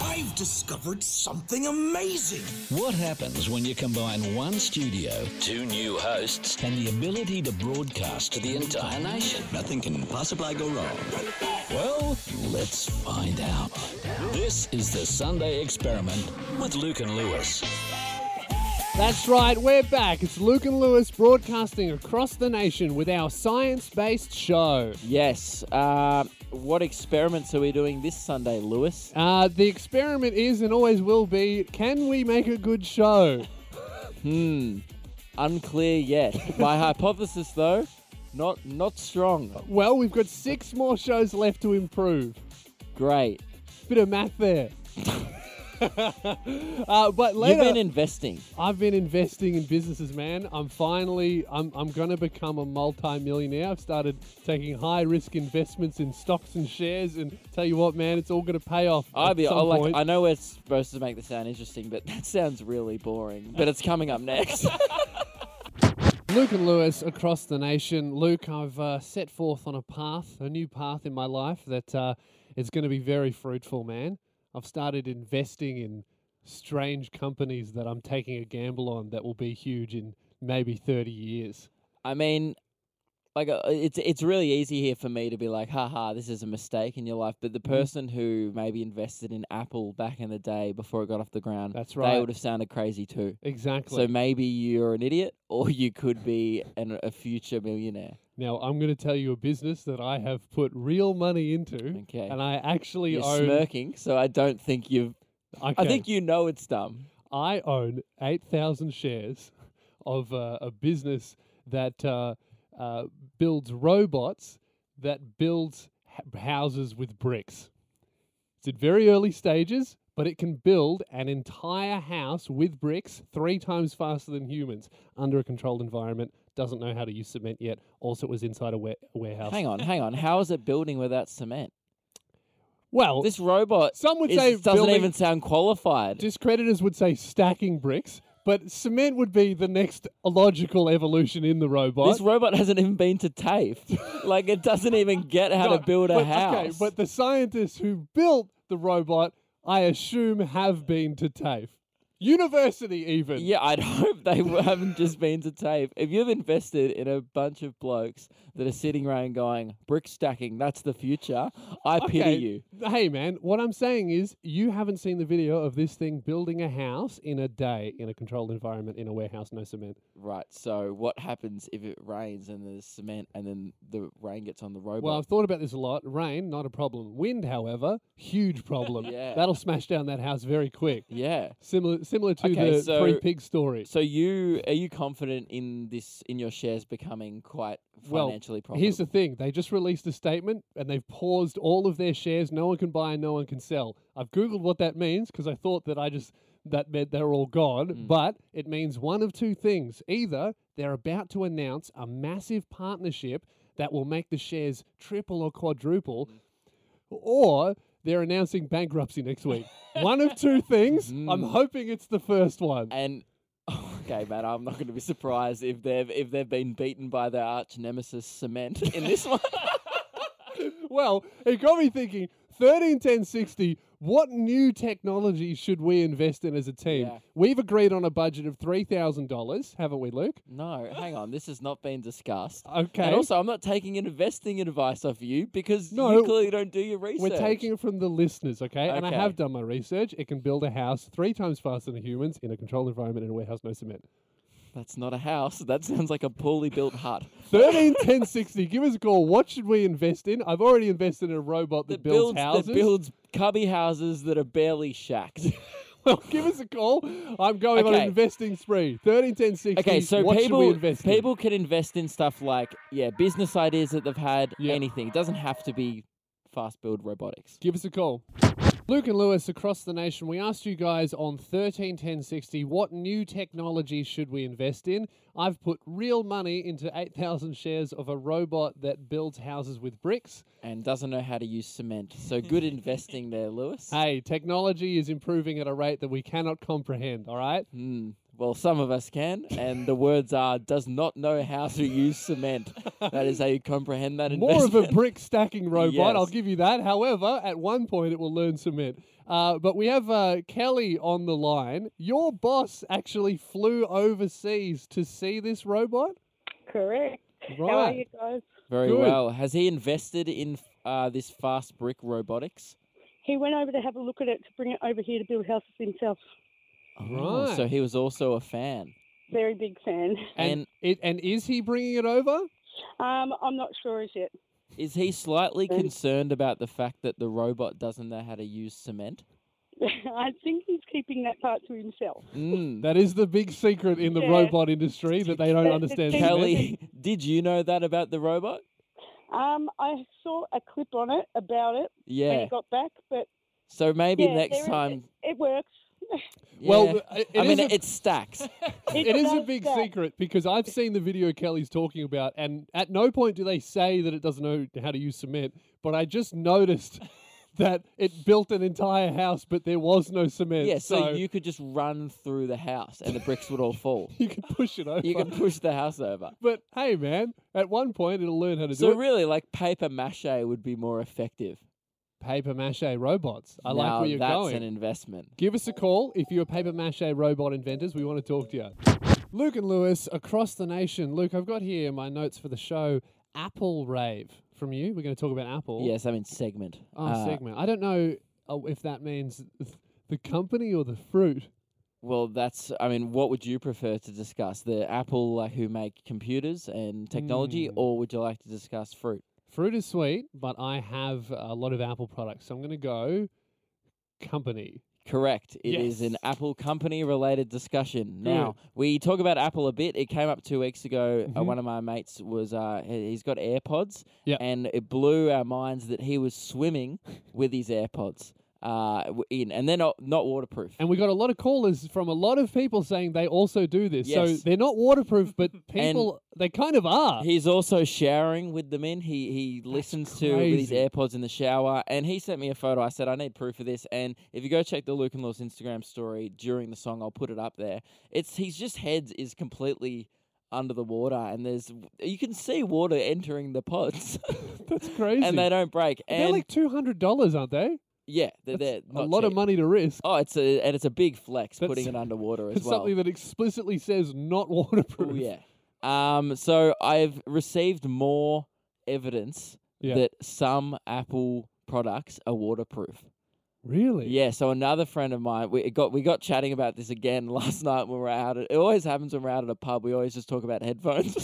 I've discovered something amazing. What happens when you combine one studio, two new hosts, and the ability to broadcast to the entire nation? Nothing can possibly go wrong. Well, let's find out. This is the Sunday Experiment with Luke and Lewis. That's right, we're back. It's Luke and Lewis broadcasting across the nation with our science based show. Yes. Uh, what experiments are we doing this Sunday, Lewis? Uh, the experiment is and always will be can we make a good show? Unclear yet. My hypothesis, though, not not strong. Well, we've got six more shows left to improve. Great. Bit of math there. uh, but later, You've been investing. I've been investing in businesses, man. I'm finally, I'm, I'm going to become a multi-millionaire. I've started taking high-risk investments in stocks and shares, and tell you what, man, it's all going to pay off. I at be some I like point. I know we're supposed to make this sound interesting, but that sounds really boring. But it's coming up next. Luke and Lewis across the nation. Luke, I've uh, set forth on a path, a new path in my life that uh, is going to be very fruitful, man. I've started investing in strange companies that I'm taking a gamble on that will be huge in maybe 30 years. I mean, like uh, it's it's really easy here for me to be like, haha, this is a mistake in your life. But Mm-hmm. the person who maybe invested in Apple back in the day before it got off the ground, That's They right. would have sounded crazy too. Exactly. So maybe you're an idiot, or you could be an, a future millionaire. now I'm going to tell you a business that I have put real money into, Okay. and I actually You're own. smirking, so I don't think you've. I Okay. think you know it's dumb. I own 8,000 shares of uh, a business that uh, uh, builds robots that builds h- houses with bricks. It's at very early stages, but it can build an entire house with bricks three times faster than humans under a controlled environment. Doesn't know how to use cement yet. Also, it was inside a wa- warehouse. Hang on, hang on. How is it building without cement? Well, This robot Some would is- say doesn't building- even sound qualified. discreditors would say stacking bricks, but cement would be the next logical evolution in the robot. This robot hasn't even been to TAFE. like it doesn't even get how to No, build a but- house. Okay, but the scientists who built the robot, I assume, have been to TAFE. University, even. yeah, I'd hope they w- haven't just been to TAFE. If you've invested in a bunch of blokes that are sitting around going brick stacking, that's the future. I pity Okay, you. Hey, man, what I'm saying is you haven't seen the video of this thing building a house in a day in a controlled environment in a warehouse, no cement. Right. So what happens if it rains and there's cement and then the rain gets on the robot? Well, I've thought about this a lot. Rain, not a problem. Wind, however, huge problem. Yeah. That'll smash down that house very quick. yeah. Similar, similar to Okay, the so- three pig story. So you are you confident in this in your shares becoming quite Well, financially profitable? Here's the thing: they just released a statement and they've paused all of their shares. No one can buy and no one can sell. I've googled what that means because I thought that I just that meant they're all gone, Mm. but it means one of two things: either they're about to announce a massive partnership that will make the shares triple or quadruple, Mm. or they're announcing bankruptcy next week. one of two things. Mm. I'm hoping it's the first one. and okay, man, I'm not going to be surprised if they've if they've been beaten by their arch nemesis cement in this one. Well, it got me thinking. Thirteen ten sixty. What new technology should we invest in as a team? Yeah. We've agreed on a budget of three thousand dollars, haven't we, Luke? no, hang on, this has not been discussed. Okay. And also, I'm not taking investing advice off you because you No, clearly don't do your research. We're taking it from the listeners, okay? And I Okay. have done my research. It can build a house three times faster than humans in a controlled environment in a warehouse, no cement. That's not a house. That sounds like a poorly built hut. Thirteen ten sixty. Give us a call. What should we invest in? I've already invested in a robot that, That builds, houses. that builds cubby houses that are barely shacks. well, give us a call. I'm going on Okay. an investing spree. Thirteen ten sixty. Okay, so what should we people invest in? people can invest in stuff like yeah, business ideas that they've had, Yeah. anything. It doesn't have to be fast build robotics. Give us a call. Luke and Lewis across the nation, we asked you guys on 131060 what new technology should we invest in? I've put real money into 8,000 shares of a robot that builds houses with bricks. And doesn't know how to use cement. So good investing there, Lewis. Hey, technology is improving at a rate that we cannot comprehend, all right? Hmm. Well, some of us can, and the words are does not know how to use cement. That is how you comprehend that More investment. of a brick stacking robot, I'll Yes. give you that. However, at one point it will learn cement. Uh, but we have uh, Kelly on the line. Your boss actually flew overseas to see this robot. Correct. How are you Right. guys? Very Good. well. Has he invested in uh, this fast brick robotics? He went over to have a look at it to bring it over here to build houses himself. Oh, so Right. he was also a fan. Very big fan. And, And- it, and is he bringing it over? Um, I'm not sure as yet. Is he slightly Thank- concerned about the fact that the robot doesn't know how to use cement? I think he's keeping that part to himself. Mm. That is the big secret in the Yeah. robot industry that they don't understand. Kelly- cement. Kelly, did you know that about the robot? Um, I saw a clip on it about it when Oh Yeah. he got back, but So maybe yeah, there next is- time. it works. yeah. Well, it, I it mean, is a- it, it stacks. it is a does big that. secret because I've seen the video Kelly's talking about, and at no point do they say that it doesn't know how to use cement. But I just noticed that it built an entire house, but there was no cement. yeah, so, so, you could just run through the house and the bricks would all fall. you can push it over. You could push the house over. but hey, man, at one point it'll learn how to So do it. really, like paper mache would be more effective. Paper mache robots. I now, like where you're that's going. an investment. Give us a call if you're paper mache robot inventors. We want to talk to you. Luke and Lewis across the nation. Luke, I've got here my notes for the show Apple Rave from you. We're going to talk about Apple. Yes, I mean segment. Oh, Uh, segment. I don't know uh, if that means th- the company or the fruit. Well, that's. I mean, what would you prefer to discuss? The Apple, like who make computers and technology, Mm. or would you like to discuss fruit? Fruit is sweet, but I have a lot of Apple products. So I'm going to go company. Correct. It is an Yes. Apple company related discussion. Now, we talk about Apple a bit. It came up two weeks ago. Uh, Mhm. one of my mates was, uh, he- he's got AirPods, Yep. and it blew our minds that he was swimming with his AirPods uh, w- in, and they're not, not waterproof. And we got a lot of callers from a lot of people saying they also do this. So Yes. they're not waterproof, but people, they kind of are. Uh, He's also showering with them in. He he listens to with his crazy. AirPods in the shower, and he sent me a photo. I said I need proof of this, and if you go check the Luke and Lewis Instagram story during the song, I'll put it up there. It's he's just head is completely under the water, and there's you can see water entering the pods, That's crazy. and they don't break. they're And like two hundred dollars, aren't they? yeah, they're, they're That's not a lot of cheap. money to risk. Oh, it's a and it's a big flex That's- putting it underwater as It's well. something that explicitly says not waterproof. Oh yeah. Um. So I've received more evidence Yeah. that some Apple products are waterproof. Really? Yeah. So another friend of mine, we got we got chatting about this again last night when we we're out. At, it always happens when we're out at a pub. We always just talk about headphones. for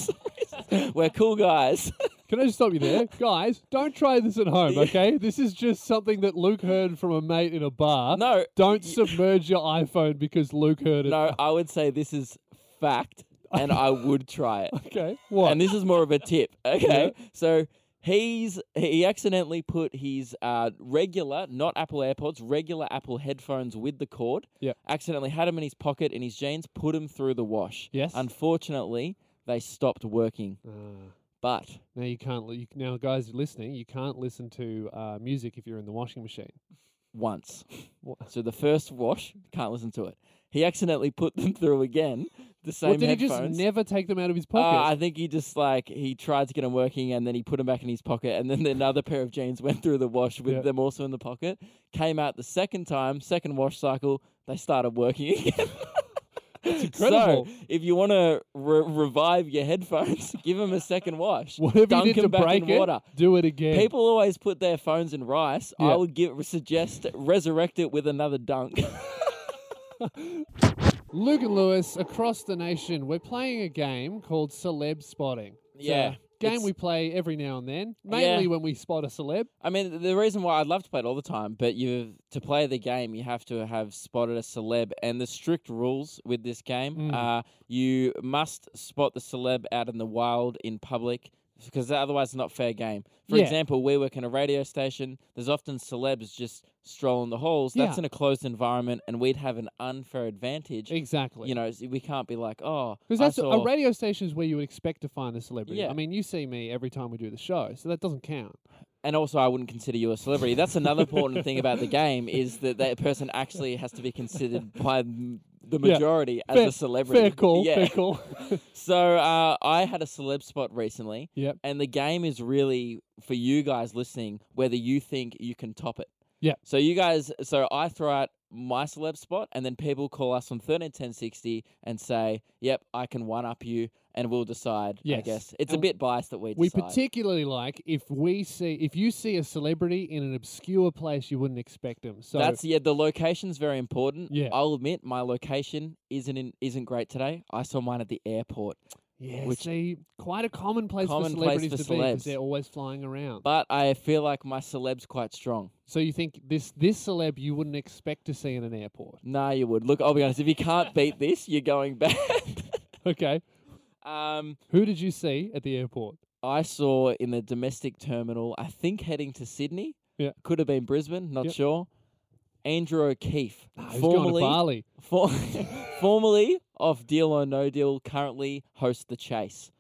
some reason. we're cool guys. Can I just stop you there, guys? Don't try this at home, Yeah. okay? This is just something that Luke heard from a mate in a bar. No. Don't y- submerge your iPhone because Luke heard it. No. I would say this is fact, and I would try it. Okay. What? And this is more of a tip. Okay. So he's he accidentally put his uh, regular, not Apple AirPods, regular Apple headphones with the cord. Yep. Accidentally had them in his pocket in his jeans, put them through the wash. Yes. Unfortunately, they stopped working. Ah. But now you can't. li- You, now, guys listening, you can't listen to uh, music if you're in the washing machine. once. What, So the first wash, can't listen to it. He accidentally put them through again. The same What, did he just headphones. never take them out of his Uh, pocket? I think he just like he tried to get them working, and then he put them back in his pocket, and then another pair of jeans went through the wash with Yeah. them also in the pocket. Came out the second time, second wash cycle, they started working again. That's incredible. So, if you want to re- revive your headphones, give them a second wash. Whatever Dunk you did to 'em back break in it, water. do it again. People always put their phones in rice. Yeah. I would give suggest resurrect it with another dunk. Luke and Lewis across the nation. We're playing a game called Celeb Spotting. It's a Yeah, game it's- we play every now and then, mainly Yeah. when we spot a celeb. I mean, the reason why I'd love to play it all the time, but you to play the game, you have to have spotted a celeb. And the strict rules with this game Mm. are you must spot the celeb out in the wild in public because otherwise it's not fair game. For Yeah. example, we work in a radio station. There's often celebs just strolling the halls. That's Yeah. in a closed environment, and we'd have an unfair advantage. Exactly. You know, s- we can't be like, oh, because I that's saw- a radio station is where you would expect to find a celebrity. Yeah. I mean, you see me every time we do the show, so that doesn't count. and also I wouldn't consider you a celebrity. That's another important thing about the game is that that person actually has to be considered by m- the Yeah. majority as fair, a celebrity. Fair call. Yeah. Fair call. So uh, I had a celeb spot recently, yep. and the game is really for you guys listening whether you think you can top it. Yeah. So you guys, so I throw out my celeb spot, and then people call us on thirteen ten sixty and say, "Yep, I can one up you," and we'll decide. I Yes. guess it's a And bit biased that we decide. We particularly like if we see if you see a celebrity in an obscure place you wouldn't expect them. So That's yeah. The location's very important. Yeah. I'll admit my location isn't in, isn't great today. I saw mine at the airport, yeah, which- see, quite a common place Common for place celebrities for to be because celebs. they're always flying around. but I feel like my celeb's quite strong. so you think this this celeb you wouldn't expect to see in an airport? Nah, you would look. I'll be honest. If you can't beat this, you're going back. Okay, um, who did you see at the airport? I saw in the domestic terminal. I think heading to Sydney. Yeah. Could have been Brisbane. Not Yep. sure. Andrew O'Keefe, Ah, he's going to formerly Bali. For, formerly of Deal or No Deal, currently hosts The Chase.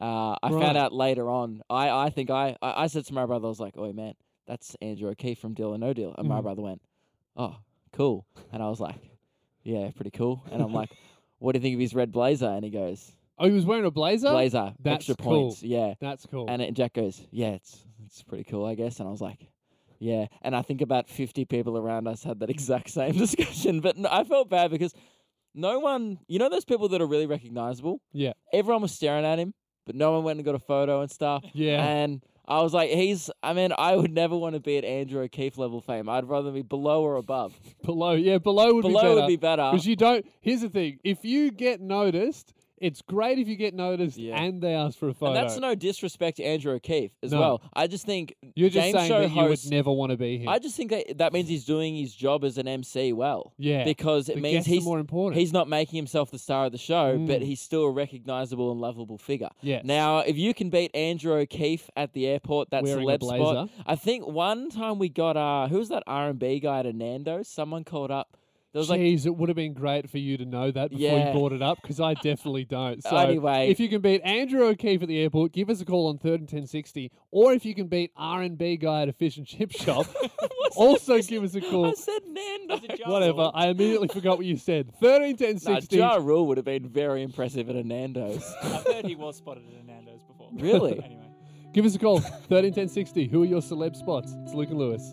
Uh, I Right. found out later on. I, I think I, I, I said to my brother, I was like, oh, man, that's Andrew O'Keefe from Deal or No Deal. And my Mhm. brother went, oh, cool. And I was like, yeah, pretty cool. And I'm like, what do you think of his red blazer? And he goes, Oh, he was wearing a blazer. blazer, That's extra cool. points. Yeah. That's cool. And it, Jack goes, yeah, it's, it's pretty cool, I guess. And I was like, yeah. And I think about 50 people around us had that exact same discussion. But no, I felt bad because no one, you know, those people that are really recognizable? Yeah. Everyone was staring at him, but no one went and got a photo and stuff. yeah. And I was like, he's, I mean, I would never want to be at Andrew O'Keefe level fame. I'd rather be below or above. Below, yeah, below would be below better. would be better. Because you don't. Here's the thing: if you get noticed, it's great if you get noticed Yeah. and they ask for a photo. and that's no disrespect to Andrew O'Keefe as No. well. I just think You're just game saying show that you would hosts- never want to be here. I just think that that means he's doing his job as an MC well. Yeah, Because it the means guests are he's more important. he's not making himself the star of the show, but Mm. he's still a recognizable and lovable figure. Yes. Now, if you can beat Andrew O'Keefe at the airport, that's Wearing a celeb spot. blazer. I think one time we got uh who was that R and B guy at Nando's? Someone called up. There was like Jeez, it would have been great for you to know that before Yeah. you brought it up because I definitely don't. So Anyway. if you can beat Andrew O'Keefe at the airport, give us a call on third and ten sixty, or if you can beat R and B guy at a fish and chip shop, also give us a I call. said Nando's. Whatever, I immediately forgot what you said. Thirteen ten Nah, sixty. Ja Rule would have been very impressive at a Nando's. I've heard he was spotted at a Nando's before. Really? anyway. Give us a call, 131060. Who are your celeb spots? It's Luke and Lewis.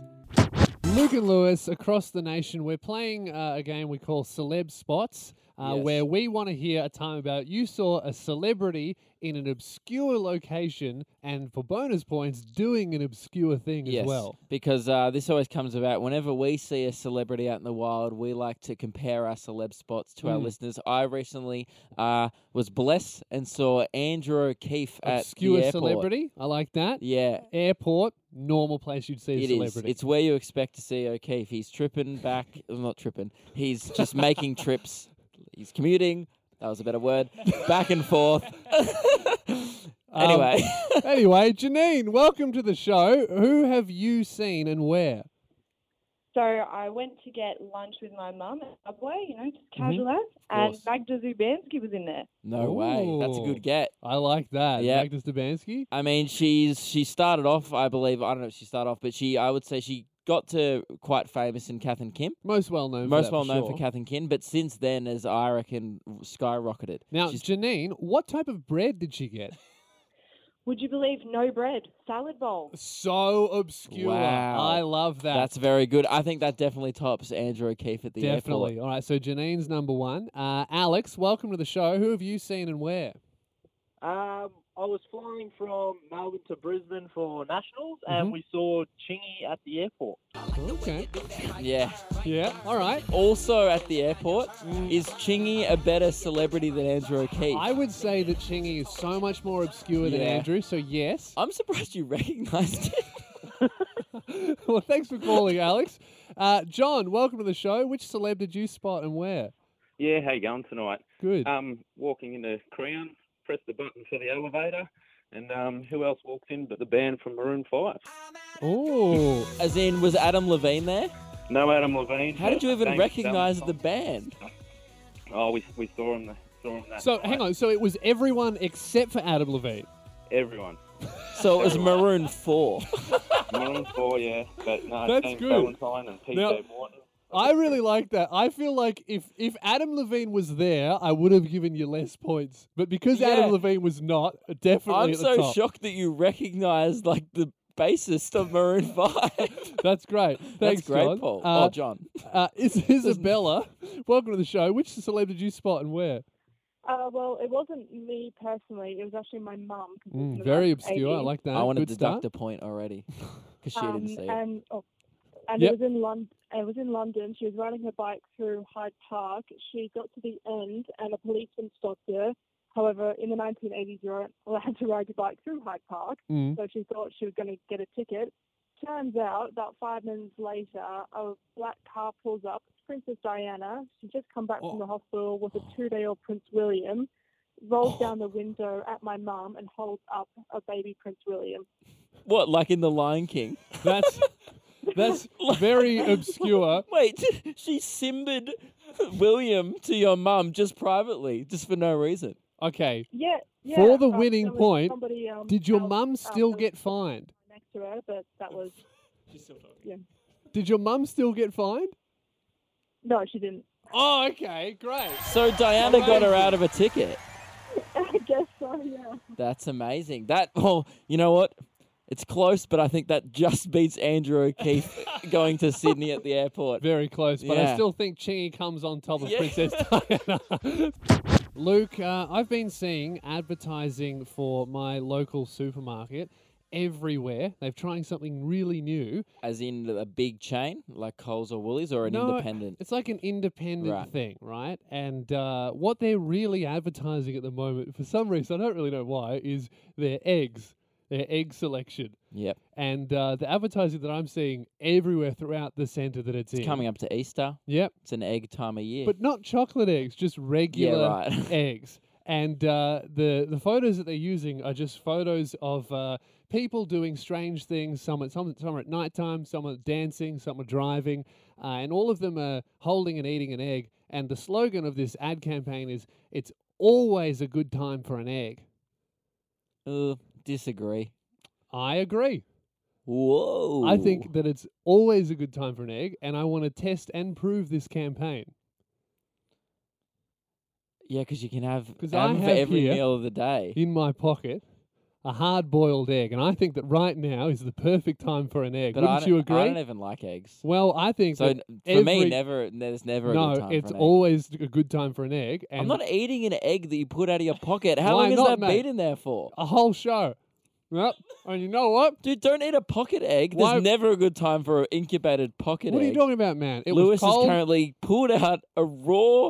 Luke and Lewis, across the nation, we're playing uh, a game we call Celeb Spots, uh, Yes. where we want to hear a time about you saw a celebrity in an obscure location and, for bonus points, doing an obscure thing as well. Because uh, this always comes about whenever we see a celebrity out in the wild, we like to compare our celeb spots to our Mm. listeners. I recently uh, was blessed and saw Andrew O'Keefe Obscure at the airport. celebrity. I like that. Yeah, Airport, normal place you'd see a it is. celebrity. It's where you expect to see O'Keefe. He's tripping back, well, not tripping. He's just making trips. He's commuting. That was a better word. Back and forth. Um, anyway. anyway, Janine, welcome to the show. Who have you seen and where? So I went to get lunch with my mum at Subway, you know, just Mm-hmm. casual as, and course. Magda Zubanski was in there. no way. That's a Ooh. good get. I like that. Yeah. Magnus Dabansky. I mean, she's she started off, I believe. I don't know if she started off, but she, I would say, she got to quite famous in Kath and Kim, Most well known. for most that, well known sure. for Kath and Kim. But since then, as I reckon, w- skyrocketed. Now, She's- Janine, what type of bread did she get? Would you believe no bread? Salad bowl. So obscure. Wow. I love that. that's very good. I think that definitely tops Andrew O'Keefe at the definitely airport. all right. So Janine's number one. Uh, Alex, welcome to the show. Who have you seen and where? Um, I was flying from Melbourne to Brisbane for nationals, and Mhm. we saw Chingy at the airport. Okay. Yeah. Yeah. All right. Also at the airport is Chingy a better celebrity than Andrew O'Keefe? I would say that Chingy is so much more obscure than Yeah. Andrew. So yes. I'm surprised you recognised it. well, thanks for calling, Alex. Uh, John, welcome to the show. Which celeb did you spot and where? Yeah, how you going tonight? Good. Uh, Um, walking into Crown, press the button for the elevator, and um, who else walks in but the band from Maroon Five? oh. As in, was Adam Levine there? No Adam Levine. How did you even Thanks, recognise Adam. the band? Oh, we, we saw him. Saw him that So night. hang on. So it was everyone except for Adam Levine. Everyone. So it was Maroon 4. Maroon Four, yeah, but no, That's James good. Valentine and PJ Now- Morton. I really like that. I feel like if if Adam Levine was there, I would have given you less points. But because Yeah. Adam Levine was not, definitely I'm at the so top. shocked that you recognize like the bassist of Maroon Five. That's great. Thanks, That's great, John. Paul. Uh, oh, John. uh, is Isabella, welcome to the show. Which celeb did you spot and where? Uh, well, it wasn't me personally. It was actually my mum. 'cause it's Mm, about very obscure. I 80. like that. I want to Good deduct start. a point already because she Um, didn't see it. and oh, and Yep. it was in London. It was in London. She was riding her bike through Hyde Park. She got to the end, and a policeman stopped her. However, in the 1980s, you weren't allowed to ride your bike through Hyde Park, Mm. so she thought she was going to get a ticket. Turns out, about five minutes later, a black car pulls up. It's Princess Diana. She'd just come back Oh. from the hospital with a two-day-old Prince William. Rolls down Oh. the window at my mum and holds up a baby Prince William. What, like in The Lion King? That's that's very obscure. Wait, she simbered William to your mum just privately, just for no reason. Okay. Yeah, yeah. For the um, winning there was point, somebody, um, Did your else, mum um, still that get was fined? next to her? But that was She's still talking. Did your mum still get fined? no, she didn't. Oh, okay, great. So Diana got her out of a ticket. I guess so. Yeah. That's amazing. That, oh, you know what? It's close, but I think that just beats Andrew O'Keefe going to Sydney at the airport. Very close, but I Yeah. still think Chingy comes on top of Yeah. Princess Diana. Luke, uh, I've been seeing advertising for my local supermarket everywhere. They're trying something really new. As in a big chain, like Coles or Woolies, or an No, independent. It's like an independent Right. thing, right? And uh, what they're really advertising at the moment, for some reason, I don't really know why, is their eggs, their egg selection. Yep. And uh, the advertising that I'm seeing everywhere throughout the centre that it's, in. Coming up to Easter. Yep. It's an egg time of year. But not chocolate eggs, just regular right. eggs. And uh, the the photos that they're using are just photos of uh, people doing strange things. Some at some, some are at nighttime, some are dancing, some are driving, uh, and all of them are holding and eating an egg. And the slogan of this ad campaign is "It's always a good time for an egg." Uh, disagree. I agree. Whoa. I think that it's always a good time for an egg, and I want to test and prove this campaign. Yeah, because you can have 'Cause I ham for have every here- meal of the day. in my pocket a hard boiled egg. And I think that right now is the perfect time for an egg. But I Wouldn't don't, you I agree? don't even like eggs. well, I think So that n- for me, every- never. There's never a good no, time it's for an egg. always a good time for an egg. And I'm not e-, eating an egg that you put out of your pocket. How Why long not, has that mate? been in there for? a whole show. Yep. And you know what? Dude, don't eat a pocket egg. Why- There's never a good time for an incubated pocket what are egg. you talking about, man? It Lewis was has cold. currently pulled out a raw.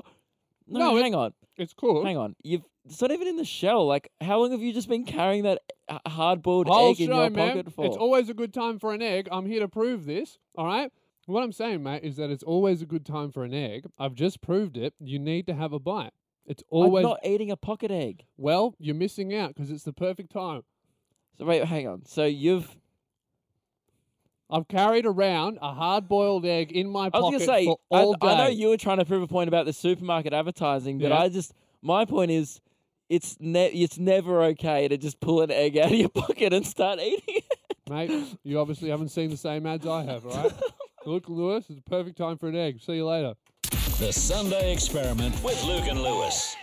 No, No, it- hang on, it's cool. hang on. You've it's not even in the shell. Like, how long have you just been carrying that hard boiled Whole egg in show, your man. pocket for? It's always a good time for an egg. I'm here to prove this. All right. What I'm saying, mate, is that it's always a good time for an egg. I've just proved it. You need to have a bite. It's always I'm not eating a pocket egg. well. You're missing out because it's the perfect time. So wait, hang on. So you've I've carried around a hard-boiled egg in my I was gonna pocket say for I, all day. I know you were trying to prove a point about the supermarket advertising, but Yeah. I just my point is it's ne- it's never okay to just pull an egg out of your pocket and start eating it. Mate, you obviously haven't seen the same ads I have, all right? Look, Lewis, it's the perfect time for an egg. See you later. The Sunday Experiment with Luke and Lewis.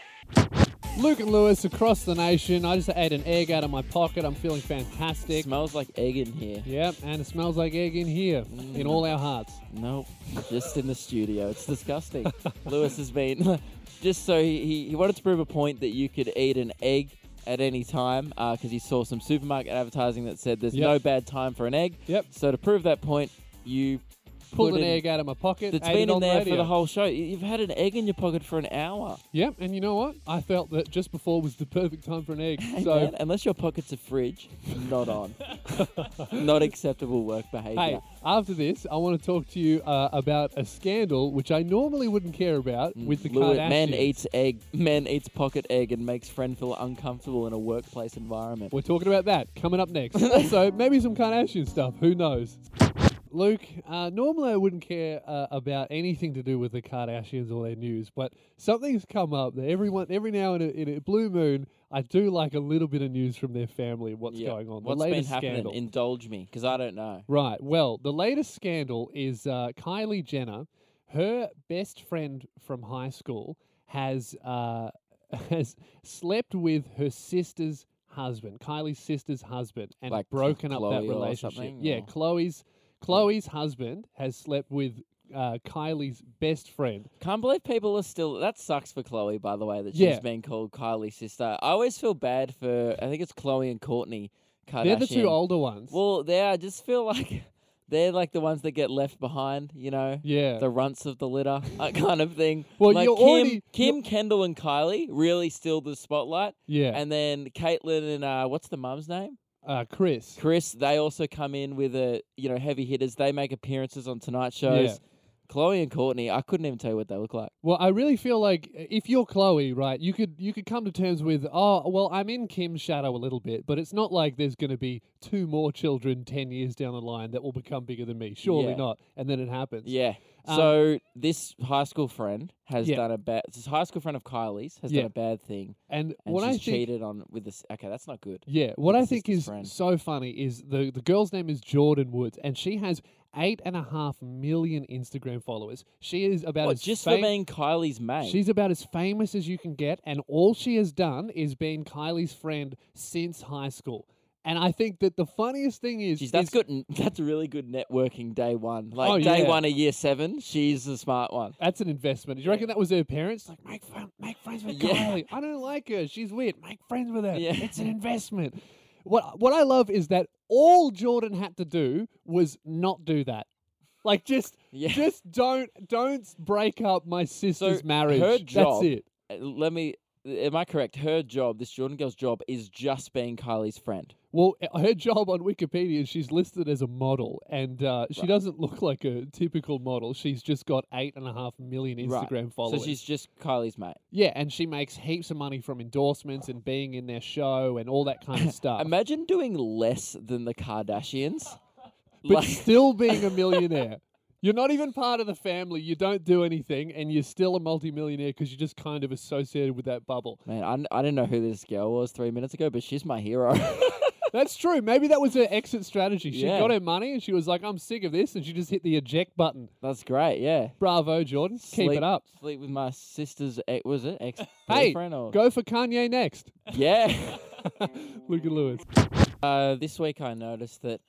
Luke and Lewis across the nation. I just ate an egg out of my pocket. I'm feeling fantastic. smells like egg in here. yep, and it smells like egg in here, Mm. in all our hearts. Nope, just in the studio. It's disgusting. Lewis has been just so he, he he wanted to prove a point that you could eat an egg at any time because he saw some supermarket advertising that said there's Yep. no bad time for an egg. Yep. So to prove that point, you Pulled put an in- egg out of my pocket. That's ate been it in on there radio. for the whole show. You- You've had an egg in your pocket for an hour. Yep, and you know what? I felt that just before was the perfect time for an egg. Hey, so man, unless your pocket's a fridge, not on. not acceptable work behavior. Hey, after this, I want to talk to you uh, about a scandal which I normally wouldn't care about with the Lewis- Kardashians. Mm. man eats egg, man eats pocket egg and makes friend feel uncomfortable in a workplace environment. We're talking about that coming up next. also, maybe some Kardashian stuff. Who knows? Luke, uh, normally I wouldn't care uh, about anything to do with the Kardashians or their news, but something's come up that everyone, every now and in a blue moon, I do like a little bit of news from their family and what's Yeah. going on. The What's been latest happening? scandal. Indulge me, because I don't know. Right. Well, the latest scandal is uh, Kylie Jenner. Her best friend from high school has uh, has slept with her sister's husband, Kylie's sister's husband, and Like broken up Chloe that or relationship. something, Yeah, or- Chloe's Chloe's husband has slept with uh, Kylie's best friend. Can't believe people are still. That sucks for Chloe, by the way, that Yeah. she's been called Kylie's sister. I always feel bad for. I think it's Chloe and Courtney Kardashian. They're the two older ones. Oh, Well, they. I just feel like they're like the ones that get left behind. You know. yeah. The runts of the litter, that kind of thing. Well, like you're Kim, already- Kim, Kendall, and Kylie really steal the spotlight, yeah. and then Caitlyn and uh, what's the mum's name? uh, Chris. Chris, they also come in with a you know heavy hitters. They make appearances on tonight shows. Yeah. Chloe and Courtney, I couldn't even tell you what they look like. Well, I really feel like uh, if you're Chloe, right, you could you could come to terms with, oh, well, I'm in Kim's shadow a little bit, but it's not like there's going to be two more children ten years down the line that will become bigger than me. Surely Yeah. not. And then it happens. Yeah. Um, so this high school friend has Yeah. done a bad. This high school friend of Kylie's has Yeah. done a bad thing, And, and what she's I think, cheated on with this. Okay, that's not good. yeah, what with I the think sister's is friend. so funny is the the girl's name is Jordan Woods, and she has eight and a half million Instagram followers. She is about What, as just for fam- being Kylie's mate? She's about as famous as you can get, and all she has done is been Kylie's friend since high school. And I think that the funniest thing is, Jeez, that's is- good. n- That's really good networking day one. Like Oh, day yeah. one of year seven, she's the smart one. That's an investment. Do you reckon that was her parents? Like, make friends, make friends with Yeah. Kylie. I don't like her. She's weird. Make friends with her. Yeah. It's an investment. What what I love is that all Jordan had to do was not do that. Like just Yeah. just don't don't break up my sister's her marriage. job- That's it. Uh, Let me. Am I correct? Her job, this Jordan girl's job, is just being Kylie's friend. Well, uh, her job on Wikipedia is she's listed as a model, and uh, she doesn't look like a typical model. She's just got eight and a half million Right. Instagram followers. So she's just Kylie's mate. yeah, and she makes heaps of money from endorsements and being in their show and all that kind of stuff. Imagine doing less than the Kardashians. but still being a millionaire. You're not even part of the family. You don't do anything, and you're still a multimillionaire because you're just kind of associated with that bubble. Man, I, kn- I didn't know who this girl was three minutes ago, but she's my hero. That's true. Maybe that was her exit strategy. She Yeah. got her money, and she was like, "I'm sick of this," and she just hit the eject button. That's great, yeah. Bravo, Jordan. Keep Sleep- it up. Sleep with my sister's ex. Was it ex Hey, boyfriend or Go for Kanye next. yeah? Look at Lewis. uh, this week I noticed that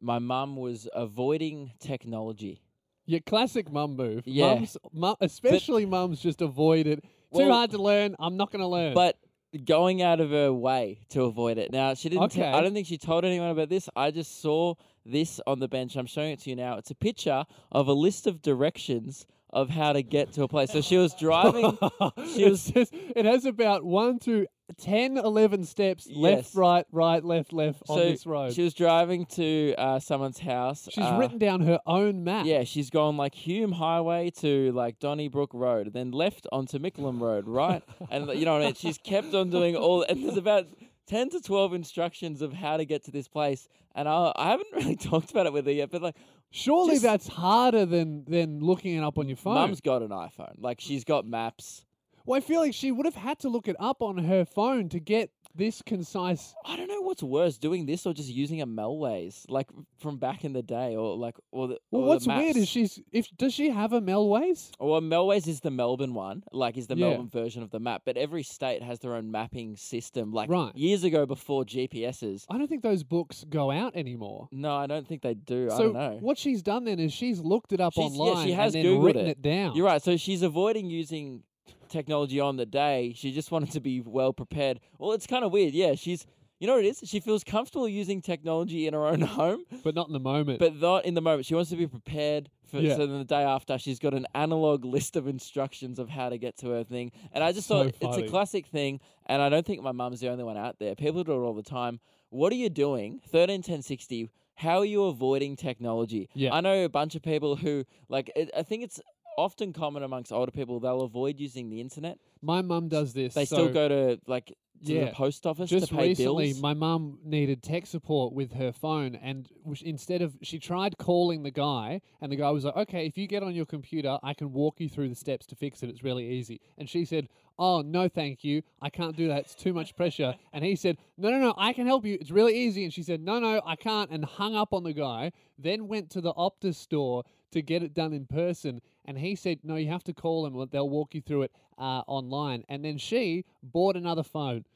my mum was avoiding technology. Your classic mum move. Yeah. Mums, mu- especially mums just avoid it. Too Well- hard to learn. I'm not going to learn. but going out of her way to avoid it. Now she didn't. I Okay. I don't think she told anyone about this. I just saw this on the bench. I'm showing it to you now. It's a picture of a list of directions of how to get to a place. So she was driving. she was. It's just- it has about one to 10, 11 steps left, Yes. right, right, left, left on so this road. she was driving to uh, someone's house. She's uh, written down her own map. Yeah, she's gone like Hume Highway to like Donnybrook Road, then left onto Mickleham Road, right? and you know what I mean? She's kept on doing all, and there's about 10 to 12 instructions of how to get to this place. And I, I haven't really talked about it with her yet, but like, Surely Just- that's harder than, than looking it up on your phone. mum's got an iPhone. Like, she's got maps. well, I feel like she would have had to look it up on her phone to get this concise I don't know what's worse, doing this or just using a Melways, like from back in the day, or like, or the. Well, or the what's weird is maps. she's if does she have a Melways? Well, Melways is the Melbourne one, like is the Yeah. Melbourne version of the map. But every state has their own mapping system. Like Right. years ago, before GPSs. I don't think those books go out anymore. No, I don't think they do. I so don't know. what she's done then is she's looked it up She's- yeah, she online has and then Googled written it, it. down. You're right. So she's avoiding using technology on the day. She just wanted to be well prepared. Well, it's kind of weird. Yeah, she's. You know what it is? She feels comfortable using technology in her own home, but not in the moment. but not in the moment. She wants to be prepared for Yeah. so then the day after she's got an analog list of instructions of how to get to her thing. And I just So thought it's funny. a classic thing and I don't think my mum's the only one out there. People do it all the time. What are you doing? 13 10 60 how are you avoiding technology? Yeah. I know a bunch of people who like it, I think it's often common amongst older people they'll avoid using the internet. my mum does this. They so still go to like to yeah. the post office Just to pay recently, bills. my mum needed tech support with her phone, and w- instead of she tried calling the guy, and the guy was like, "Okay, if you get on your computer, I can walk you through the steps to fix it. It's really easy." And she said, "Oh no, thank you. I can't do that. It's too much pressure." And he said, "No, no, no. I can help you. It's really easy." And she said, "No, no, I can't." And hung up on the guy. Then went to the Optus store to get it done in person. And he said, "No, you have to call them. They'll walk you through it uh, online." And then she bought another phone.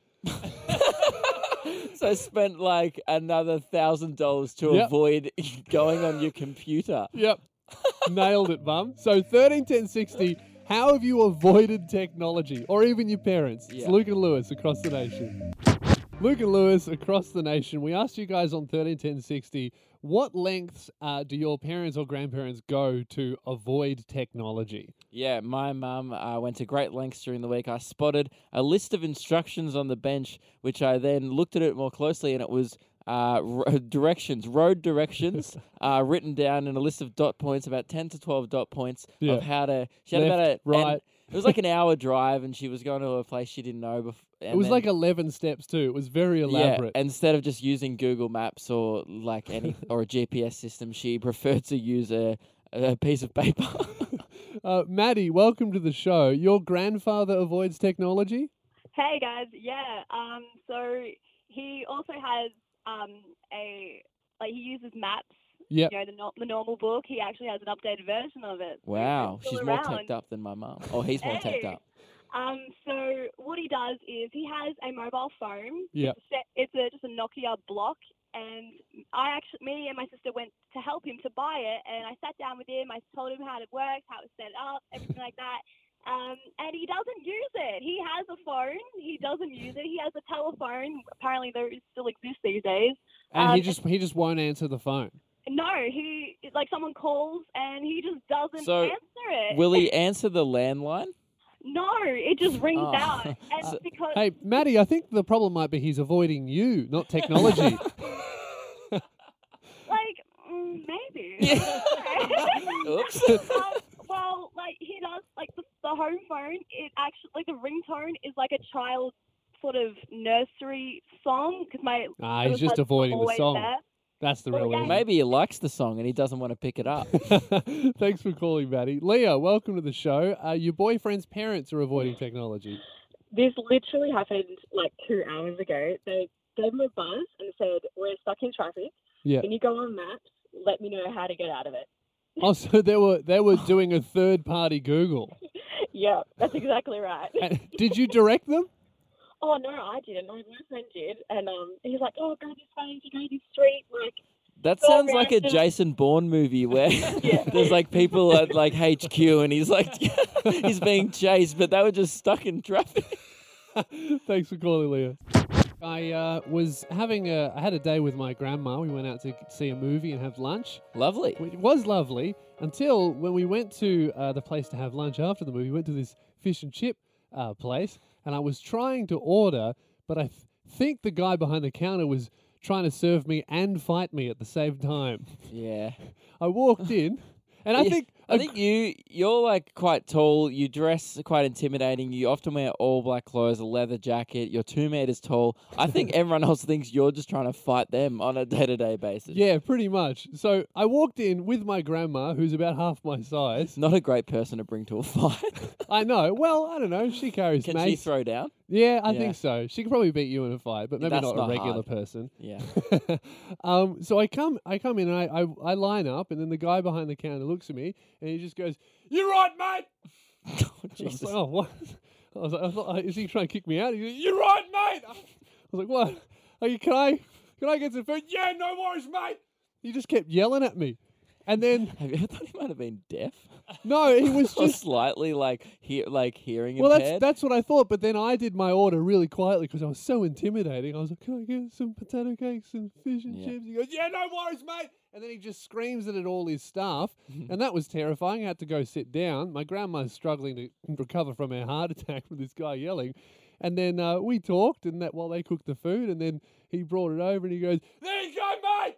so spent like another thousand dollars to Yep. avoid going on your computer. Yep. Nailed it, mum. So 13, 10, 60. How have you avoided technology or even your parents? It's Yeah. Luke and Lewis across the nation. Luke and Lewis across the nation. We asked you guys on 13, 10, 60, what lengths uh, do your parents or grandparents go to avoid technology? Yeah, my mum uh, went to great lengths during the week. I spotted a list of instructions on the bench, which I then looked at it more closely, and it was uh, ro- directions, road directions, uh, written down in a list of dot points, about ten to twelve dot points Yeah. of how to. She had about a Left, and right. It was like an hour drive, and she was going to a place she didn't know. Bef- It was like 11 steps, too. It was very elaborate. Yeah, instead of just using Google Maps or like any or a GPS system, she preferred to use a, a piece of paper. uh, Maddie, welcome to the show. Your grandfather avoids technology? Hey guys, yeah. Um, so he also has um, a like he uses maps. Yep. You know the, nor the normal book. He actually has an updated version of it. so Wow, it's still she's more around. tacked up than my mum. Oh, he's more tacked Hey. up. Um, so what he does is he has a mobile phone. Yeah. It's, a, set- it's a just a Nokia block, and I actually, me and my sister went to help him to buy it, and I sat down with him. I told him how it works, how it was set up, everything like that. Um, and he doesn't use it. He has a phone. He doesn't use it. He has a telephone. Apparently, those still exist these days. And he Um, just he just won't answer the phone. No, he like someone calls and he just doesn't So, answer it. Will he answer the landline? No, it just rings Oh. Ah. out. And So- because Hey, Maddie, I think the problem might be he's avoiding you, not technology. Like, mm, maybe. Yeah. Oops. um, well, like, he does, like, the, the home phone, it actually, like, the ringtone is like a child's sort of nursery song because my. ah, little he's just cousin's avoiding the always song. there. That's the Well, real yeah. issue. Maybe he likes the song and he doesn't want to pick it up. Thanks for calling, Maddie. Leah, welcome to the show. Uh, your boyfriend's parents are avoiding technology. This literally happened like two hours ago. They gave him a buzz and said, We're stuck in traffic. Yeah. Can you go on maps? Let me know how to get out of it. Oh, so they were they were doing a third party Google. Yeah, that's exactly right. And did you direct them? oh no, I didn't. My boyfriend did, and um, he's like, oh, go this way, you go this street, like. That So sounds like a random. Jason Bourne movie where there's like people at like HQ and he's like he's being chased, but they were just stuck in traffic. Thanks for calling, Leah. I uh, was having a I had a day with my grandma. We went out to see a movie and have lunch. Lovely. Which was lovely until when we went to uh, the place to have lunch after the movie, we went to this fish and chip uh, place, and I was trying to order, but I th- think the guy behind the counter was trying to serve me and fight me at the same time. Yeah. I walked in, and I Yeah, think I a think you you're like quite tall. You dress quite intimidating. You often wear all black clothes, a leather jacket. You're two meters tall. I think everyone else thinks you're just trying to fight them on a day to day basis. Yeah, pretty much. So I walked in with my grandma, who's about half my size. not a great person to bring to a fight. I know. Well, I don't know. She carries Can she mace. throw down? yeah, I Yeah. think so. She could probably beat you in a fight, but maybe That's not, not a regular hard. person. Yeah. um, so I come, I come in, and I, I, I line up, and then the guy behind the counter looks at me, and he just goes, "You're right, mate." Oh, I was Jesus. like, "Oh, what?" I was like, I thought, "Is he trying to kick me out?" He goes, "You're right, mate." I was like, "What? Are you, can I, can I get some food?" Yeah, no worries, mate. He just kept yelling at me, and then Have you ever thought he might have been deaf? no, he was Or just. slightly like hear like hearing Well, that's impaired. that's what I thought, but then I did my order really quietly because I was so intimidating. I was like, "Can I get some potato cakes and fish and Yeah. chips?" He goes, "Yeah, no worries, mate." And then he just screams it at all his staff, and that was terrifying. I had to go sit down. My grandma's struggling to recover from her heart attack with this guy yelling. And then uh, we talked, and that while they cooked the food, and then he brought it over, and he goes, "There you go, mate."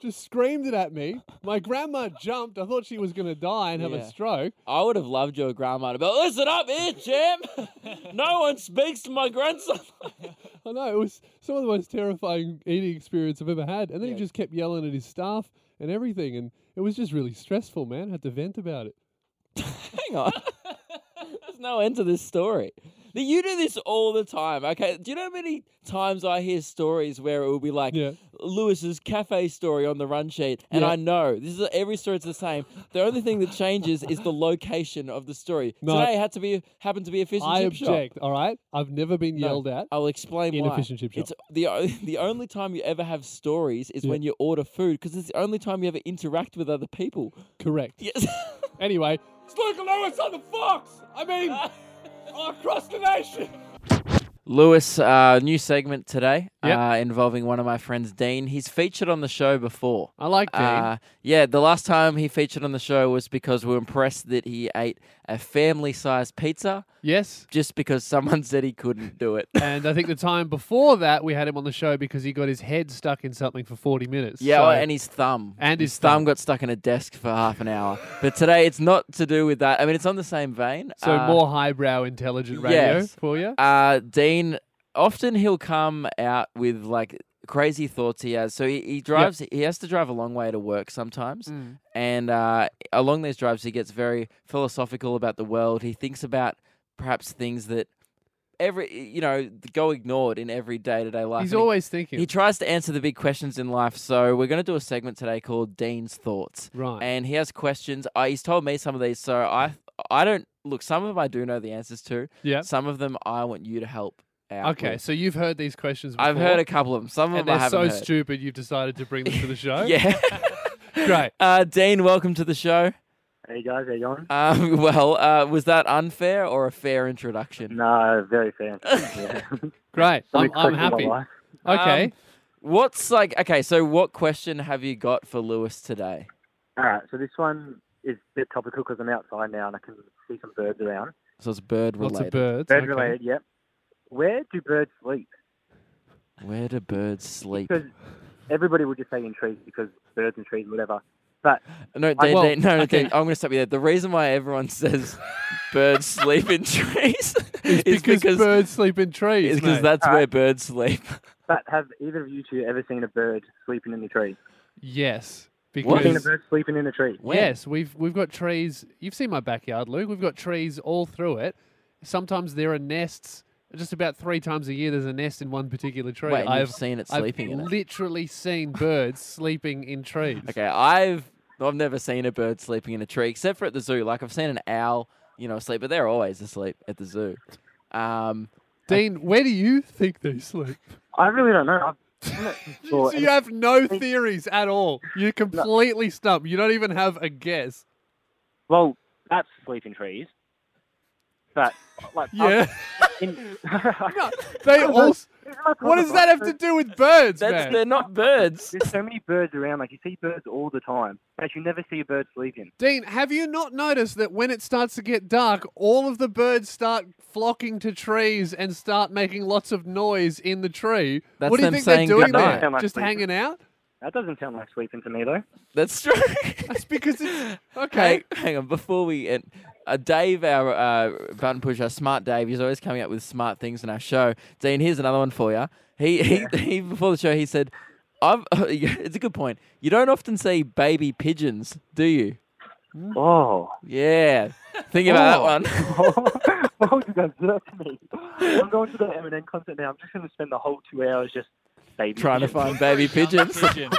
Just screamed it at me. My grandma jumped. I thought she was going to die and have Yeah. a stroke. I would have loved your grandma to be like, listen up here, champ. no one speaks to my grandson. I know it was some of the most terrifying eating experience I've ever had. And then he Yeah. just kept yelling at his staff and everything, and it was just really stressful, man. I had to vent about it. Hang on. There's no end to this story. You do this all the time, okay? Do you know how many times I hear stories where it will be like Yeah. Lewis's cafe story on the run sheet, and Yeah. I know this is every story's the same. The only thing that changes is the location of the story. No. Today had to be happened to be a fish and I chip shop. object. All right, I've never been No, yelled at. I'll explain in a why. fish and chip shop. It's the o- the only time you ever have stories is Yeah. when you order food because it's the only time you ever interact with other people. Correct. Yes. Anyway, Lewis, uh, new segment today Yep. uh, involving one of my friends, Dean. He's featured on the show before. I like Dean. Uh, yeah, the last time he featured on the show was because we were impressed that he ate a family sized pizza yes. just because someone said he couldn't do it. And I think the time before that, we had him on the show because he got his head stuck in something for 40 minutes. Yeah, So- oh, and his thumb. And his thumb. thumb. got stuck in a desk for half an hour. But today it's not to do with that. I mean, it's on the same vein. so Uh, more highbrow intelligent radio yes. for you. Uh, Dean, often he'll come out with like crazy thoughts he has. So he, he drives, he has to drive a long way to work sometimes. Mm. And uh, along these drives, he gets very philosophical about the world. He thinks about perhaps things that every, you know, go ignored in every day to day life. He's And he- always thinking. He tries to answer the big questions in life. So we're going to do a segment today called Dean's Thoughts. Right. And he has questions. I, he's told me some of these, so I I don't look. Some of them I do know the answers to. yeah. Some of them I want you to help out. Okay, with. so you've heard these questions before. I've heard a couple of them. Some of And them they're I haven't so heard. stupid you've decided to bring them to the show. Yeah. Great. Uh, Dean, welcome to the show. Hey guys, how you going? Um, well, uh, was that unfair or a fair introduction? No, very fair. Yeah. Great. I'm I'm, I'm expecting my happy. wife. Okay. Um, What's like? Okay, so what question have you got for Lewis today? All right, so this one is a bit topical because I'm outside now and I can see some birds around. So it's bird Lots related. of birds. Bird okay. related, yep. Where do birds sleep? Where do birds sleep? Because everybody would just say in trees because birds and trees, whatever. But No, I- Dean, well, Dean, no, no, okay. Dean, I'm going to stop you there. The reason why everyone says birds sleep in trees is It's because, birds sleep in trees. is 'cause mate. that's where birds sleep. but have either of you two ever seen a bird sleeping in a tree? Yes. What? Seen a Because bird sleeping in a tree? When? Yes, we've we've got trees. You've seen my backyard, Luke. We've got trees all through it. Sometimes there are nests. Just about three times a year, there's a nest in one particular tree. Wait, and you've I've seen it I've sleeping in it. literally seen birds sleeping in trees. Okay, I've I've never seen a bird sleeping in a tree except for at the zoo. Like I've seen an owl, you know, sleep, but they're always asleep at the zoo. Um, Dean, where do you think they sleep? I really don't know. I'm not So sure. you have no theories at all. You're completely stumped. You don't even have a guess. Well, that's sleep in trees. But like, Yeah. I'm in, they all. What does that have to do with birds, that's man? they're not birds. There's so many birds around. Like you see birds all the time, but you never see a bird sleeping. Dean, have you not noticed that when it starts to get dark, all of the birds start flocking to trees and start making lots of noise in the tree? That's what do you them think they're saying doing goodnight. there? Sound like Just sleeping. hanging out? That doesn't sound like sleeping to me, though. That's true. That's because it's okay. Hang, hang on, before we end, uh, Dave, our uh, button pusher, smart Dave, he's always coming up with smart things in our show. Dean, here's another one for you. He, he, he before the show, he said, I've, it's a good point. You don't often see baby pigeons, do you? Hmm. Oh, Yeah. Think about that one. why would you guys do that to me? I'm going to the Eminem concert now. I'm just going to spend the whole two hours just baby Trying to pigeons. find baby pigeons. Pigeon.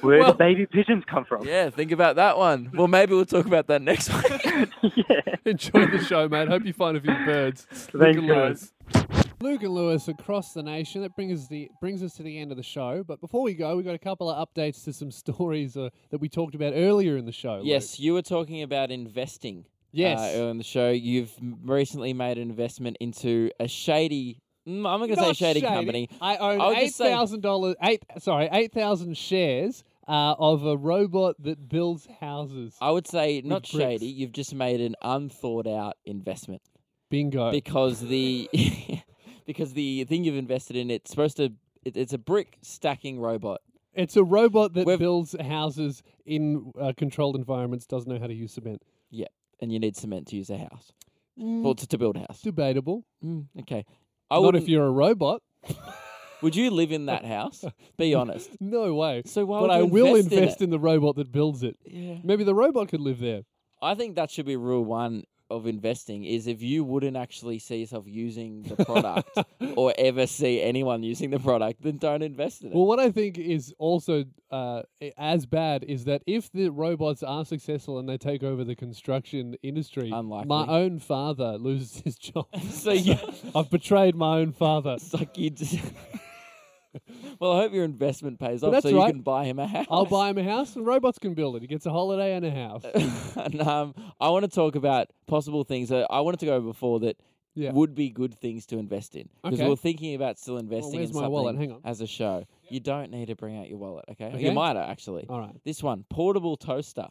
where Well- the baby pigeons come from. Yeah, think about that one. Well, maybe we'll talk about that next week. Enjoy the show, mate. Hope you find a few birds. Thanks, guys. Luke and Lewis across the nation. That brings us the brings us to the end of the show. But before we go, we've got a couple of updates to some stories uh, that we talked about earlier in the show. yes, uh, you were talking about investing. Yes. Uh, earlier in the show, you've m- recently made an investment into a shady. Mm, I'm not going to say Not shady, company. I own I'll eight just say- thousand dollars. Eight sorry, eight thousand shares uh, of a robot that builds houses. I would say bricks. not shady. You've just made an unthought out investment Bingo. because the because the thing you've invested in it's supposed to it, it's a brick stacking robot. it's a robot that We've- builds houses in uh, controlled environments. Doesn't know how to use cement. Yeah, and you need cement to use a house Mm, or to, to build a house. debatable. Mm, okay. Hmm. I Not if wouldn't- you're a robot. Would you live in that house? Be honest. No way. So why but would you I will invest in invest it? in, the robot that builds it. Yeah. Maybe the robot could live there. I think that should be rule one of investing is if you wouldn't actually see yourself using the product or ever see anyone using the product, then don't invest in it. Well, what I think is also uh, i- as bad is that if the robots are successful and they take over the construction industry, my Unlikely. own father loses his job. so you, I've betrayed my own father. it's like you. Just, well, I hope your investment pays off, that's so you right. can buy him a house. I'll buy him a house and robots can build it. He gets a holiday and a house. Uh, and um, I want to talk about possible things. that I wanted to go over before that Yeah. would be good things to invest in because Okay. we're thinking about still investing where's in my something wallet? Hang on. as a show. You don't need to bring out your wallet, okay? Okay. Oh. You might actually. All right. This one, portable toaster.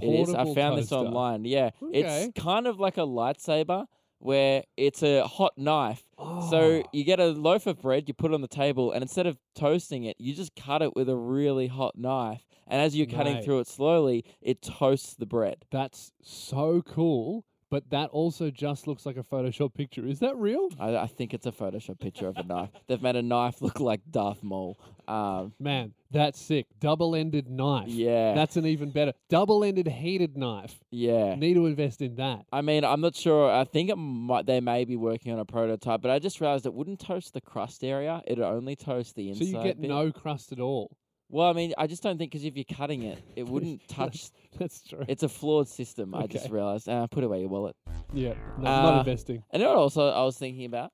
it is. I Portable found this toaster. online. Yeah, Okay. it's kind of like a lightsaber where it's a hot knife. Oh. So you get a loaf of bread, you put it on the table, and instead of toasting it, you just cut it with a really hot knife. And as you're cutting Mate. through it slowly, it toasts the bread. That's so cool, but that also just looks like a Photoshop picture. Is that real? I, I think it's a Photoshop picture of a knife. They've made a knife look like Darth Maul. Um, Man, that's sick. Double ended knife. yeah, That's an even better double ended heated knife. yeah. Need to invest in that. I mean, I'm not sure. I think it might, they may be working on a prototype, but I just realized it wouldn't toast the crust area. It'd only toast the So inside. you get bit. no crust at all. Well, I mean, I just don't think because if you're cutting it, it wouldn't touch. That's true. It's a flawed system. I just Okay. realized. And I put away your wallet. yeah, no, not Uh, investing. And you know what also I was thinking about?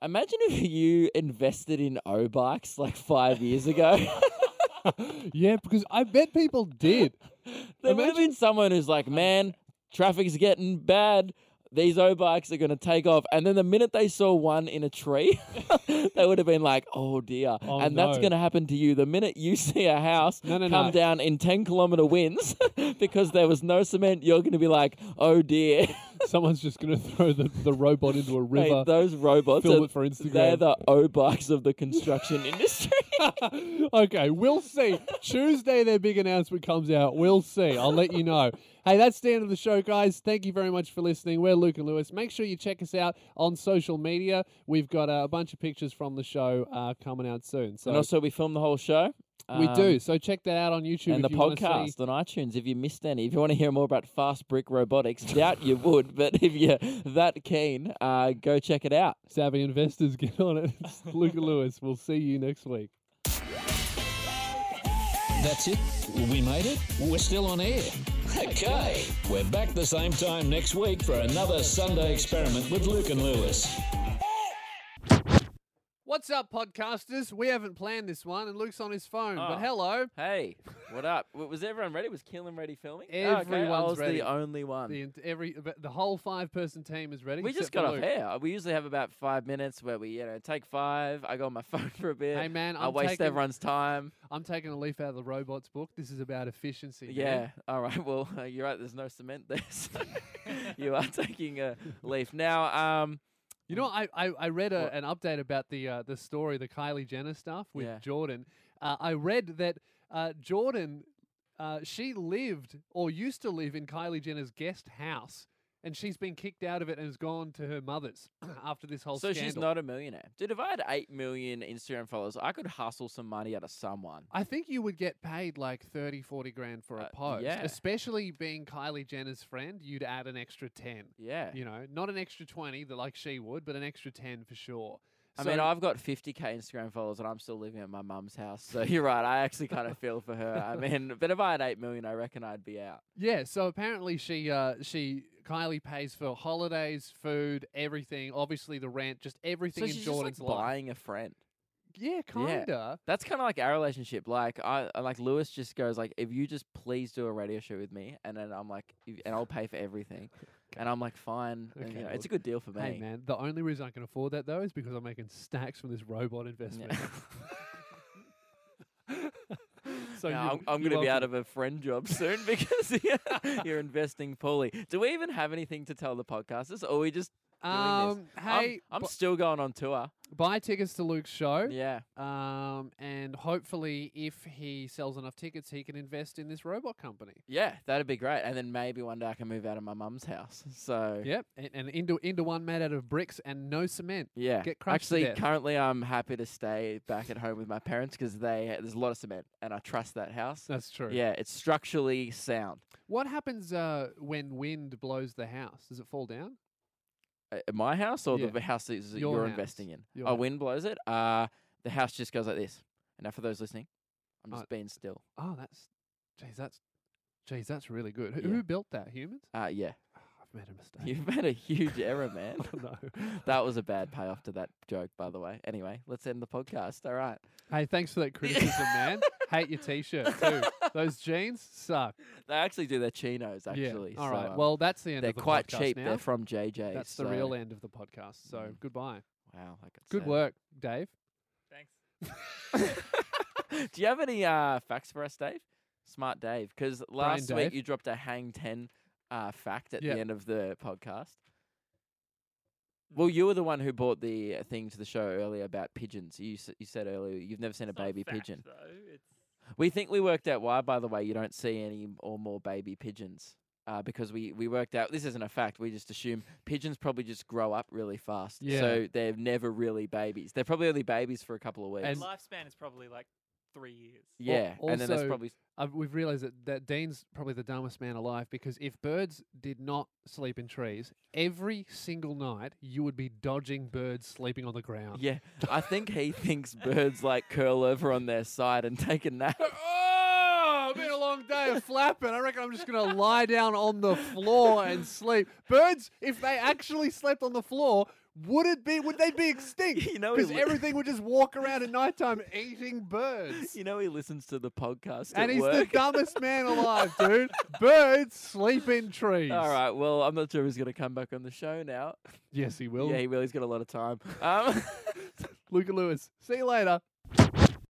Imagine if you invested in O bikes like five years ago. yeah, because I bet people did. there would have Imagine- been someone who's like, man, traffic's getting bad. These O bikes are going to take off. And then the minute they saw one in a tree, they would have been like, oh dear. Oh, and that's no. going to happen to you the minute you see a house No, no, come no. down in 10 kilometer winds because there was no cement. You're going to be like, oh dear. Someone's just going to throw the, the robot into a Mate, river. those robots film are- it for Instagram. They're the O bikes of the construction industry. okay, we'll see. Tuesday, their big announcement comes out. We'll see. I'll let you know. Hey, that's the end of the show, guys. Thank you very much for listening. We're Luke and Lewis. Make sure you check us out on social media. We've got uh, a bunch of pictures from the show uh, coming out soon. So and also, we filmed the whole show. we Um, do. So check that out on YouTube. and the if you wanna see- podcast on iTunes. If you missed any, if you want to hear more about fast brick robotics, doubt you would, but if you're that keen, uh, go check it out. savvy investors get on it. It's Luke and Lewis. We'll see you next week. That's it. We made it. We're still on air. Okay. We're back the same time next week for another Sunday experiment with Luke and Lewis. What's up, podcasters? We haven't planned this one, and Luke's on his phone. but Oh. hello, Hey, what up? W- Was everyone ready? Was Keelan ready filming? Oh, okay. I Everyone's was ready. the only one. the every the whole five person team is ready. Um, we just got off air. We usually have about five minutes where we, you know, take five. I go on my phone for a bit. Hey, man, I I'm waste taking- everyone's time. I'm taking a leaf out of the robots book. This is about efficiency. man. Yeah. All right. Well, uh, you're right. There's no cement there. So you are taking a leaf now. Um, You know, I, I, I read a, What? an update about the uh, the story, the Kylie Jenner stuff with Yeah. Jordan. Uh, I read that uh, Jordan, uh, she lived or used to live in Kylie Jenner's guest house, and she's been kicked out of it and has gone to her mother's after this whole So scandal. she's not a millionaire. Dude, if I had 8 million Instagram followers, I could hustle some money out of someone. I think you would get paid like 30, 40 grand for a Uh, post, yeah. especially being Kylie Jenner's friend. You'd add an extra ten. Yeah. You know, not an extra 20 that like she would, but an extra 10 for sure. I mean, So- I've got 50K Instagram followers and I'm still living at my mum's house. So you're right. I actually kind of feel for her. I mean, but if I had 8 million, I reckon I'd be out. yeah, so apparently she uh she Kylie pays for holidays, food, everything, obviously the rent, just everything So in she's just Jordan's like life. buying a friend. Yeah, Yeah. kind of. That's kind of like our relationship. Like I I- like Lewis just goes like, if you just please do a radio show with me, and then I'm like, "If- and I'll pay for everything, and I'm like, fine. and, Okay, you know, well, it's a good deal for me. Hey man, the only reason I can afford that though is because I'm making stacks from this robot investment. so No, you- I'm, I'm you're going to be out welcome. of a friend job soon because you're investing poorly. Do we even have anything to tell the podcasters, or we just doing Um, this. hey, I'm, I'm bu- still going on tour. buy tickets to Luke's show. Yeah. Um, and hopefully, if he sells enough tickets, he can invest in this robot company. Yeah, that'd be great. And then maybe one day I can move out of my mum's house. So Yep, and, and into into one made out of bricks and no cement. yeah. Get crushed to Actually, death. currently I'm happy to stay back at home with my parents because they there's a lot of cement and I trust that house. That's true. Yeah, it's structurally sound. What happens uh, when wind blows the house? Does it fall down? Uh, my house or Yeah. the v- house that is- Your you're house. investing in? Your Oh, house. wind blows it. Uh, the house just goes like this. And now for those listening, I'm Oh. just being still. Oh, that's, geez, that's, geez, that's really good. Who, Yeah. who built that? Humans? Uh, yeah, I've made a mistake. you've made a huge error, man. no. that was a bad payoff to that joke, by the way. Anyway, let's end the podcast. All right. Hey, thanks for that criticism, man. Hate your t-shirt too. Those jeans suck. They actually do their chinos, Yeah. actually. All so, right. um, well, that's the end. they're of the quite podcast cheap. Now. They're from JJ. that's the real so- end of the podcast. So Mm. goodbye. Wow. I could Good say. work, Dave. Thanks. do you have any uh, facts for us, Dave? Smart Dave. Because last week Dave. you dropped a hang 10 uh, fact at Yeah. Mm. the end of the podcast. Well, you were the one who bought the uh, thing to the show earlier about pigeons. You s- you said earlier you've never seen a It's not baby fact, pigeon. Though. It's We think we worked out why, by the way, you don't see any or more baby pigeons. Uh, because we, we worked out this isn't a fact. We just assume pigeons probably just grow up really fast. Yeah. So they're never really babies. They're probably only babies for a couple of weeks. And- lifespan is probably like three years. yeah. and then also- that's probably i we've realised that, that Dean's probably the dumbest man alive because if birds did not sleep in trees, every single night you would be dodging birds sleeping on the ground. yeah. I think he thinks birds like curl over on their side and take a nap. Oh, been a long day of flapping. I reckon I'm just going to lie down on the floor and sleep. Birds, if they actually slept on the floor, would it be? Would they be extinct? You know, because he li- everything would just walk around at nighttime eating birds. You know he listens to the podcast and at he's work. the dumbest man alive, dude. Birds sleep in trees. All right. Well, I'm not sure he's going to come back on the show now. Yes, he will. Yeah, he will. He's got a lot of time. Um, Luca Lewis. See you later.